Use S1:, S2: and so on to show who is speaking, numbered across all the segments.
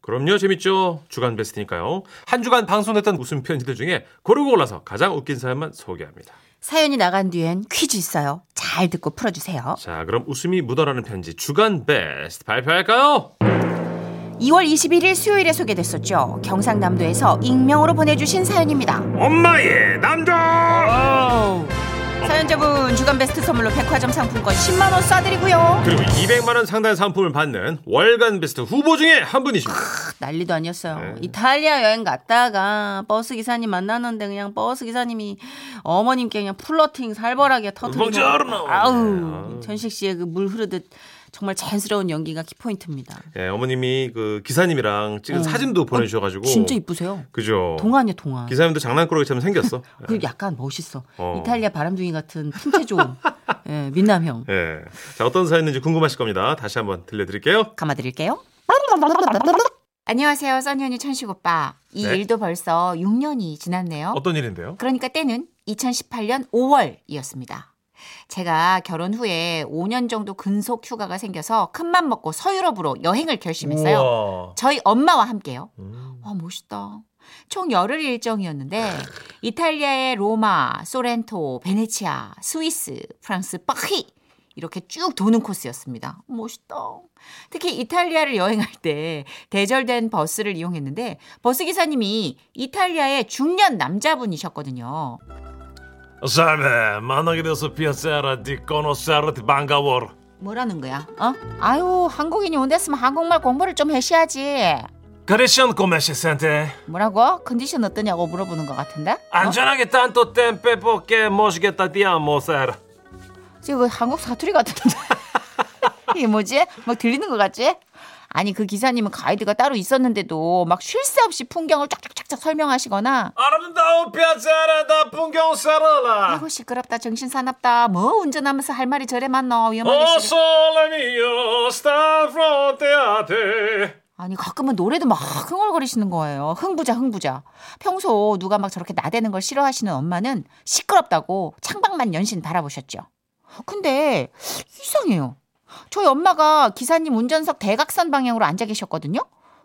S1: 그럼요, 재밌죠. 주간 베스트니까요. 한 주간 방송됐던 웃음 편지들 중에 고르고 골라서 가장 웃긴 사연만 소개합니다.
S2: 사연이 나간 뒤엔 퀴즈 있어요. 잘 듣고 풀어주세요.
S1: 자, 그럼 웃음이 묻어나는 편지 주간 베스트 발표할까요?
S2: 2월 21일 수요일에 소개됐었죠. 경상남도에서 익명으로 보내주신 사연입니다.
S1: 엄마의 남자!
S2: 사연자분 주간 베스트 선물로 백화점 상품권 10만 원 쏴드리고요.
S1: 그리고 200만 원 상당의 상품을 받는 월간 베스트 후보 중에 한 분이십니다.
S2: 난리도 아니었어요.
S1: 네.
S2: 이탈리아 여행 갔다가 버스 기사님 만나는데 그냥 버스 기사님이 어머님께 그냥 플러팅 살벌하게 터뜨리고
S1: 부엉지르노.
S2: 아우 전식 씨의 그 물 흐르듯 정말 자연스러운 연기가 키포인트입니다.
S1: 예, 어머님이 그 기사님이랑 찍은
S2: 어.
S1: 사진도 보내주셔가지고
S2: 진짜 이쁘세요.
S1: 그죠.
S2: 동화 아니야 동화.
S1: 기사님도 장난꾸러기처럼 생겼어.
S2: 그리고 약간 멋있어.
S1: 어.
S2: 이탈리아 바람둥이 같은 품체 좋은 예, 민남형.
S1: 예. 자, 어떤 사연인지 궁금하실 겁니다. 다시 한번 들려드릴게요.
S2: 감아드릴게요.
S3: 안녕하세요, 선현이 천식 오빠. 이
S1: 네.
S3: 일도 벌써 6년이 지났네요.
S1: 어떤 일인데요?
S3: 그러니까 때는 2018년 5월이었습니다. 제가 결혼 후에 5년 정도 근속 휴가가 생겨서 큰맘 먹고 서유럽으로 여행을 결심했어요.
S1: 우와.
S3: 저희 엄마와 함께요.
S1: 음. 네.
S3: 와, 멋있다. 총 열흘 일정이었는데 이탈리아의 로마, 소렌토, 베네치아, 스위스, 프랑스, 파리 이렇게 쭉 도는 코스였습니다. 멋있다. 특히 이탈리아를 여행할 때 대절된 버스를 이용했는데 버스 기사님이 이탈리아의 중년 남자분이셨거든요.
S4: 삶에 만나게 돼서 피아세라 디코노세라 반가워
S3: 뭐라는 거야? 어? 아유, 한국인이 온댔으면 한국말 공부를 좀 해셔야지.
S4: 크리스천 코메시센테
S3: 뭐라고? 컨디션 어떠냐고 물어보는 것 같은데?
S4: 안전하게 탄토 템페 포케 모시겠다 네 디아모세라
S3: 지금 한국 사투리 같은데 이게 뭐지? 막 들리는 것 같지? 아니 그 기사님은 가이드가 따로 있었는데도 막 쉴 새 없이 풍경을 쫙쫙쫙쫙 설명하시거나
S4: 아름다운 피아세라 다 풍경 세라라
S3: 아이고 시끄럽다 정신 사납다 뭐 운전하면서 할 말이 저래 많노 위험하게 시끄...
S4: 오솔레미오 스타프론테아테
S3: 아니 가끔은 노래도 막 흥얼거리시는 거예요 흥부자 흥부자 평소 누가 막 저렇게 나대는 걸 싫어하시는 엄마는 시끄럽다고 창밖만 연신 바라보셨죠 근데 이상해요. 저희 엄마가 기사님 운전석 대각선 방향으로 앉아 계셨거든요.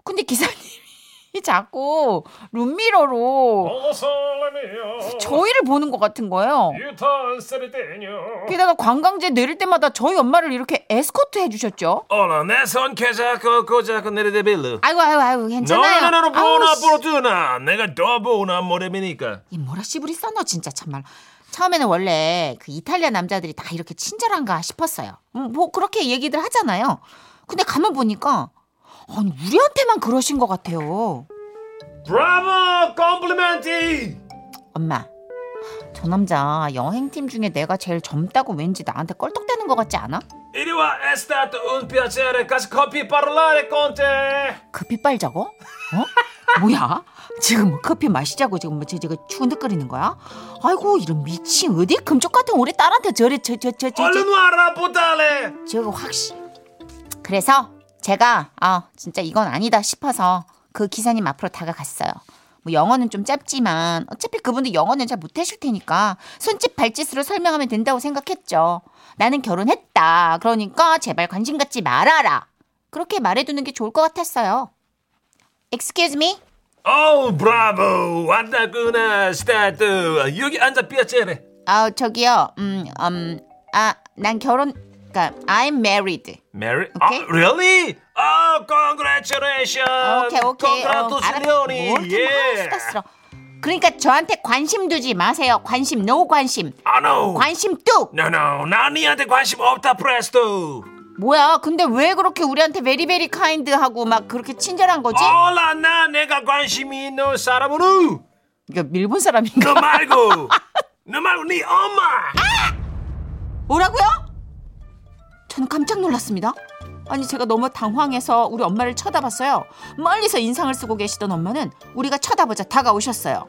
S3: 근데 기사님이 자꾸 룸미러로
S4: 오솔레미오
S3: 저희를 보는 것 같은 거예요.
S4: 유턴 세르데뇨
S3: 게다가 관광지에 내릴 때마다 저희 엄마를 이렇게 에스코트 해주셨죠.
S4: 오라 내손 캐자코 고자코 내리데빌루
S3: 아이고 아이고 아이고 괜찮아요.
S4: 너는 보나
S3: 아우, 씨.
S4: 보나 내가 더 보나 모레미니까
S3: 이 뭐라 씨부리 써너 진짜 참말. 처음에는 원래 그 이탈리아 남자들이 다 이렇게 친절한가 싶었어요. 음, 뭐 그렇게 얘기들 하잖아요. 근데 가만 보니까 아니 우리한테만 그러신 것 같아요.
S4: 브라보 콤플리멘티
S3: 엄마, 저 남자 여행팀 중에 내가 제일 젊다고 왠지 나한테 껄떡대는 것 같지 않아?
S4: 이리와 에스타트 운 피아체레 가스 커피 파르라레 콘테
S3: 급히 빨자고? 어? 뭐야? 지금 뭐 커피 마시자고 지금 뭐 제가 추근득거리는 거야? 아이고 이런 미친 어디 금쪽 같은 우리 딸한테 저래 저저저저
S4: 얼른 와라 보달레
S3: 저거 확실. 그래서 제가 아 진짜 이건 아니다 싶어서 그 기사님 앞으로 다가갔어요. 뭐 영어는 좀 짧지만 어차피 그분도 영어는 잘 못하실 테니까 손짓 발짓으로 설명하면 된다고 생각했죠. 나는 결혼했다. 그러니까 제발 관심 갖지 말아라. 그렇게 말해두는 게 좋을 것 같았어요. Excuse me?
S4: 오 브라보 왔다구나 스타트 여기 앉아 피아체레
S3: 아 저기요. 음, 음, 아난 결혼. 그러니까 I'm married.
S4: 메리 아
S3: 오케이.
S4: really 아 congratulations
S3: 오케이 오케이
S4: congratulations
S3: 뭘좀 수다스러 그러니까 저한테 관심 두지 마세요 관심 no 관심
S4: 아 no
S3: 관심 뚝
S4: no no 나 니한테 관심 없다 프레스토
S3: 뭐야 근데 왜 그렇게 우리한테 베리베리 카인드하고 막 그렇게 친절한 거지?
S4: 올라 나 내가 관심이 있는 사람으로
S3: 이거 일본
S4: 너
S3: 사람인가?
S4: 말고 너 말고 네 엄마
S3: 뭐라고요? 저는 깜짝 놀랐습니다 아니 제가 너무 당황해서 우리 엄마를 쳐다봤어요 멀리서 인상을 쓰고 계시던 엄마는 우리가 쳐다보자 다가오셨어요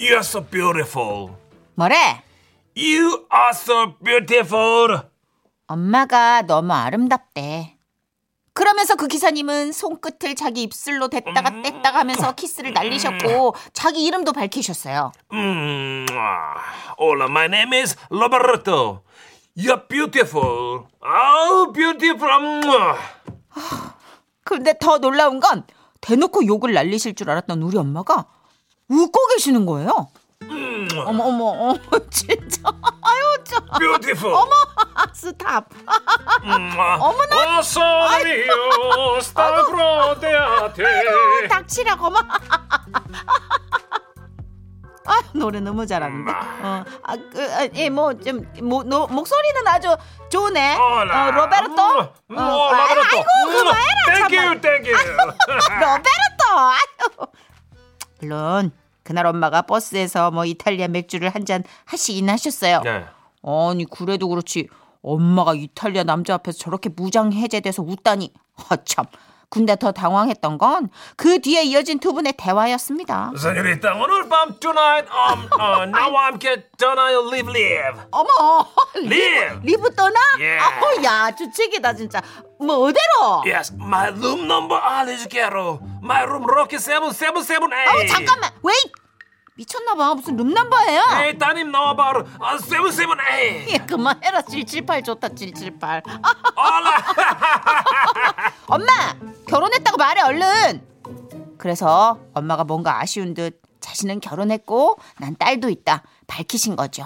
S4: You're so beautiful
S3: 뭐래?
S4: You are so beautiful
S3: 엄마가 너무 아름답대. 그러면서 그 기사님은 손끝을 자기 입술로 댔다가
S4: 음.
S3: 뗐다가 하면서 키스를 날리셨고 자기 이름도 밝히셨어요.
S4: 음, 아, Hola my name is Roberto You're beautiful Oh beautiful 음, 아.
S3: 그런데 더 놀라운 건 대놓고 욕을 날리실 줄 알았던 우리 엄마가 웃고 계시는 거예요. 어머 어머 어머 진짜 아유 저
S4: Beautiful. 어머.
S3: 스탑
S4: 어머나. 어서리오 스타브로데아테.
S3: 닥치라 고마. 아 노래 너무 잘하는데.
S4: 음, 아.
S3: 어, 아, 그, 예, 어아그예뭐좀뭐 목소리는 아주 좋네.
S4: 올라.
S3: 어, 로베르토.
S4: 음,
S3: 어,
S4: 어,
S3: 아,
S4: 로베르토.
S3: 아이고 그만해라
S4: 땡큐
S3: 정말.
S4: 땡큐.
S3: 로베르토. 아유. 물론 그날 엄마가 버스에서 뭐 이탈리아 맥주를 한 잔 하시긴 하셨어요.
S1: 네.
S3: 아니 그래도 그렇지 엄마가 이탈리아 남자 앞에서 저렇게 무장 해제돼서 웃다니 아참 근데 더 당황했던 건 그 뒤에 이어진 두 분의 대화였습니다
S4: 세뇨리타 오늘 밤 tonight um, 어, 나와 함께 떠나요 live live
S3: 어머
S4: live.
S3: 리브 떠나?
S4: 예.
S3: 아우 야 주책이다 진짜 뭐 어디로?
S4: Yes, my room number 알려줄게요. My room Rocky 7778.
S3: 아우 어, 잠깐만 웨이 미쳤나봐 무슨 룸넘버예요
S4: 에이, 따님 나와봐. 아, 778.
S3: 예, 그만해라 778 좋다 778 아,
S4: 올라.
S3: 엄마 결혼했다고 말해 얼른 그래서 엄마가 뭔가 아쉬운 듯 자신은 결혼했고 난 딸도 있다 밝히신 거죠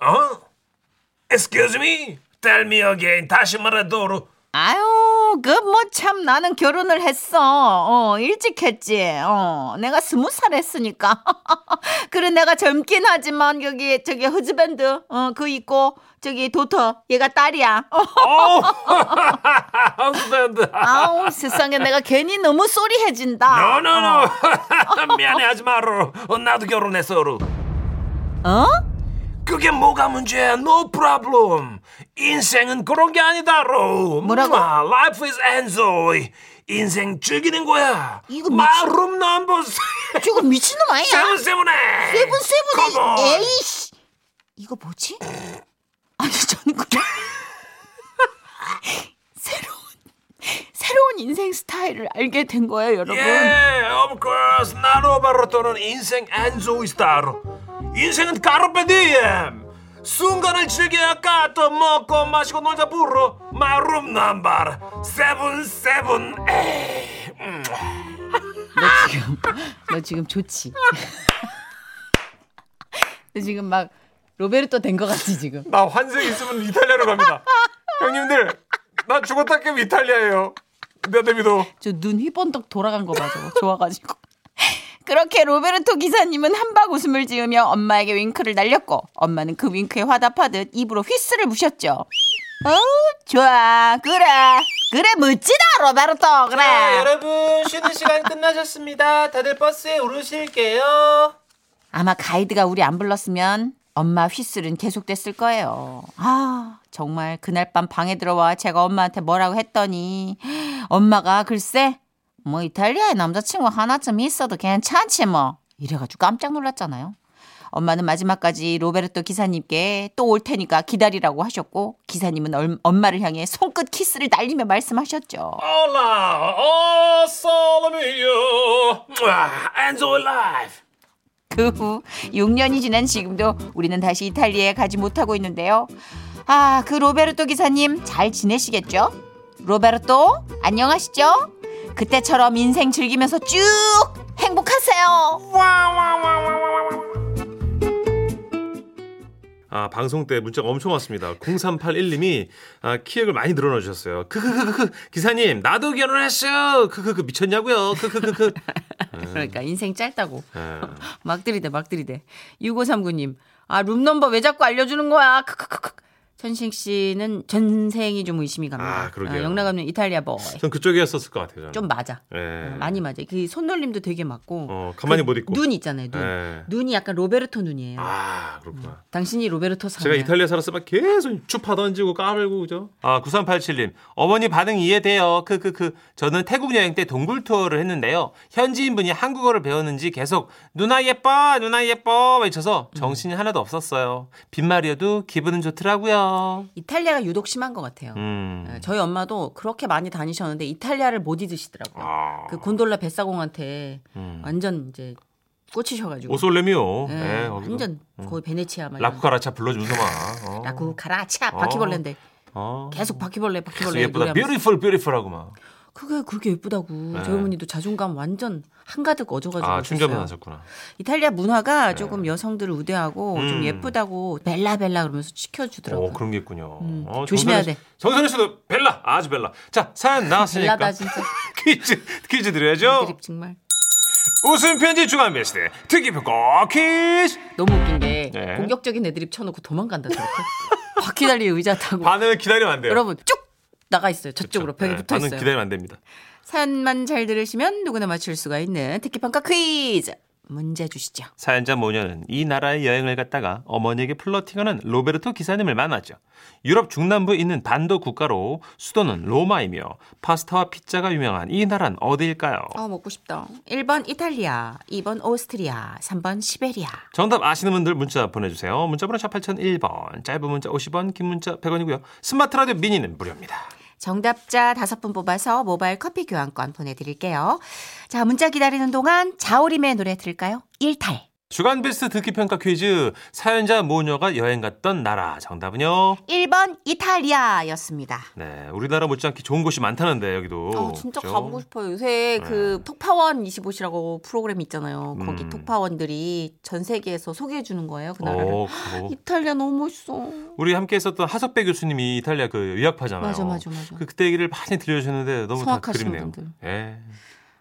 S4: 어? Uh-huh. Excuse me? Tell me again. 다시 말해도
S3: 아유, 그 뭐 참 나는 결혼을 했어. 어, 일찍 했지. 어, 내가 스무 살 했으니까. 그래 내가 젊긴 하지만 여기 저기 허즈밴드 어, 그 있고 저기 도터 얘가 딸이야. 어,
S4: 오! Oh! Husband.
S2: Uh,
S3: 아우 세상에 내가 괜히 너무
S4: No, no,
S3: 소리해진다.
S4: no. 어, 미안해 하지 마로. 어, 나도 결혼했어. 로.
S3: 어?
S4: 그게 뭐가 문제야? No problem. 인생은 그런 게 아니다. 로.
S3: 뭐라고?
S4: 아, Life is enjoy. 인생 즐기는 거야.
S3: 이거 미친-
S4: 마룸 넘버
S3: 저거 미친놈 아니야?
S4: 세븐 세븐에.
S3: 세븐 세븐
S4: Come on.
S3: 에이씨. 이거 뭐지? 아니 저는 그 새로운 새로운 인생 스타일을 알게 된 거예요, 여러분.
S4: 예, of course. 나로 바로 또는 인생 안소 스타로. 인생은 까르페디엠. 순간을 즐겨야 까또 먹고 마시고 놀자 부러 마룸 넘버 세븐 세븐 에이. 음.
S3: 너 지금 너 지금 좋지? 너 지금 막 로베르토 된 거 같지 지금?
S1: 나 환생 있으면 이탈리아로 갑니다. 형님들, 나 죽었다 깨면 이탈리아예요. 내 데미도.
S3: 저 눈 휘번덕 돌아간 거 봐, 저 좋아가지고. 그렇게 로베르토 기사님은 한박 웃음을 지으며 엄마에게 윙크를 날렸고 엄마는 그 윙크에 화답하듯 입으로 휘스를 부셨죠. 어우 좋아 그래 그래 멋지다 로베르토
S4: 네,
S5: 자,
S3: 그래.
S5: 네, 여러분 쉬는 시간 끝나셨습니다. 다들 버스에 오르실게요.
S3: 아마 가이드가 우리 안 불렀으면 엄마 휘슬은 계속됐을 거예요. 아, 정말 그날 밤 방에 들어와 제가 엄마한테 뭐라고 했더니 엄마가 글쎄 뭐 이탈리아에 남자친구 하나쯤 있어도 괜찮지 뭐 이래가지고 깜짝 놀랐잖아요. 엄마는 마지막까지 로베르토 기사님께 또 올 테니까 기다리라고 하셨고 기사님은 얼- 엄마를 향해 손끝 키스를 날리며 말씀하셨죠.
S4: Hola, oh Solomio, enjoy life.
S3: 그 후 6년이 지난 지금도 우리는 다시 이탈리아에 가지 못하고 있는데요. 아, 그 로베르토 기사님 잘 지내시겠죠? 로베르토, 안녕하시죠? 그때처럼 인생 즐기면서 쭉 행복하세요.
S1: 아, 방송 때 문자가 엄청 왔습니다. 0381님이 아, 키액을 많이 늘어놔 주셨어요. 크크크크 기사님, 나도 결혼했어요. 크크크 미쳤냐고요. 크크크크.
S2: 그러니까 인생 짧다고.
S1: 아,
S2: 막 들이대 막 들이대. 6539님. 아 룸넘버 왜 자꾸 알려주는 거야. 크크크크. 천식 씨는 전생이 좀 의심이 갑니다.
S1: 아, 그러게요.
S2: 영락없는 이탈리아 보이.
S1: 전 그쪽이었었을 것 같아요. 저는.
S2: 좀 맞아.
S1: 예.
S2: 어, 많이 맞아. 그 손놀림도 되게 맞고.
S1: 어, 가만히 못 있고.
S2: 눈 있잖아요. 눈.
S1: 예.
S2: 눈이 약간 로베르토 눈이에요.
S1: 아, 그렇구나.
S2: 당신이 로베르토 사.
S1: 제가 이탈리아 살았으면 계속 추파 던지고 까불고 그죠? 네. 아, 9387님. 어머니 반응 이해돼요. 크크크. 저는 태국 여행 때 동굴 투어를 했는데요. 현지인분이 한국어를 배웠는지 계속 누나 예뻐, 누나 예뻐 외쳐서 정신이 하나도 없었어요. 빈말이어도 기분은 좋더라고요.
S2: 이탈리아가 유독 심한 것 같아요.
S1: 음.
S2: 네, 저희 엄마도 그렇게 많이 다니셨는데 이탈리아를 못 잊으시더라고요.
S1: 아.
S2: 그 곤돌라 뱃사공한테
S1: 음.
S2: 완전 이제 꽂히셔가지고.
S1: 오솔레미오.
S2: 예,
S1: 예, 거기도.
S2: 완전 거의 베네치아 말.
S1: 라쿠카라차 불러주면서 막. 어.
S2: 라쿠 가라차
S1: 어.
S2: 바퀴벌레인데
S1: 어. 그
S2: 계속 바퀴벌레 바퀴벌레
S1: 예쁘다.
S2: 노래하면서.
S1: 뷰티풀 뷰티풀 하고 막.
S2: 그게 그렇게 예쁘다고 저희 어머니도 자존감 완전 한가득 얻어가지고
S4: 아, 충격을
S2: 오셨어요.
S4: 하셨구나.
S2: 이탈리아 문화가 조금 여성들을 우대하고
S4: 음.
S2: 좀 예쁘다고 벨라 벨라 그러면서 시켜주더라고요.
S4: 어, 그런 게 있군요.
S2: 음,
S4: 어,
S2: 조심해야
S4: 정선혜 씨-
S2: 돼.
S4: 정선혜 씨도 벨라, 아주 벨라. 자, 사연 나왔으니까
S2: 벨라다 진짜
S4: 퀴즈, 퀴즈 드려야죠.
S2: 드립 정말
S4: 웃음 편지 중간 메시대 특기평가 퀴즈.
S2: 너무 웃긴 게
S4: 네.
S2: 공격적인 애드립 쳐놓고 도망간다 저렇게 바퀴 달린 의자 타고
S4: 반응을 기다리면 안 돼요.
S2: 여러분 쭉 나가 있어요 저쪽으로 벽에
S4: 네,
S2: 붙어
S4: 반응
S2: 있어요.
S4: 기다리면 안 됩니다.
S2: 사연만 잘 들으시면 누구나 맞출 수가 있는 특기 평가 퀴즈 문제 주시죠.
S4: 사연자 모녀는 이 나라에 여행을 갔다가 어머니에게 플러팅하는 로베르토 기사님을 만났죠. 유럽 중남부에 있는 반도 국가로 수도는 로마이며 파스타와 피자가 유명한 이 나라는 어디일까요?
S2: 어 먹고 싶다. 1번 이탈리아, 2번 오스트리아, 3번 시베리아.
S4: 정답 아시는 분들 문자 보내주세요. 문자번호 샵 8001번, 짧은 문자 50원, 긴 문자 100원이고요. 스마트 라디오 미니는 무료입니다.
S2: 정답자 5분 뽑아서 모바일 커피 교환권 보내드릴게요. 자, 문자 기다리는 동안 자오림의 노래 들을까요? 일탈.
S4: 주간 베스트 듣기 평가 퀴즈 사연자 모녀가 여행 갔던 나라 정답은요.
S2: 1번 이탈리아 였습니다.
S4: 네, 우리나라 못지않게 좋은 곳이 많다는데 여기도.
S2: 아, 진짜
S4: 그죠?
S2: 가보고 싶어요. 요새 그 톡파원 25시라고 프로그램이 있잖아요. 거기
S4: 음.
S2: 톡파원들이 전 세계에서 소개해 주는 거예요. 그 나라를.
S4: 어, 가보고.
S2: 이탈리아 너무 멋있어.
S4: 우리 함께 했었던 하석배 교수님이 이탈리아 그 유학파잖아요.
S2: 맞아, 맞아, 맞아.
S4: 그 그때 얘기를 많이 들려주셨는데 너무 다
S2: 성악하시는
S4: 그립네요.
S2: 분들.
S4: 예.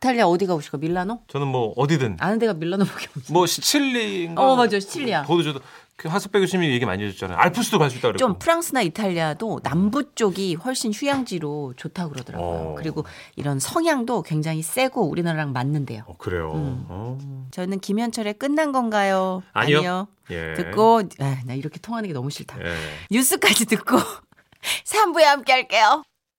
S2: 이탈리아 어디 가보실까? 밀라노?
S4: 저는 뭐 어디든
S2: 아는 데가 밀라노밖에 없어.
S4: 뭐 시칠리인가.
S2: 어, 맞아요. 시칠리아.
S4: 저도 저도 그 하석배 교수님이 얘기 많이 해줬잖아요. 알프스도 갈 수 있다 그랬고.
S2: 좀 프랑스나 이탈리아도 남부 쪽이 훨씬 휴양지로 좋다 그러더라고요.
S4: 어.
S2: 그리고 이런 성향도 굉장히 세고 우리나라랑 맞는데요.
S4: 어, 그래요. 어.
S2: 저는 김현철의 끝난 건가요? 네.
S4: 아니요. 예.
S2: 듣고 아, 나 이렇게 통하는 게 너무 싫다.
S4: 예.
S2: 뉴스까지 듣고 3부에 함께 할게요.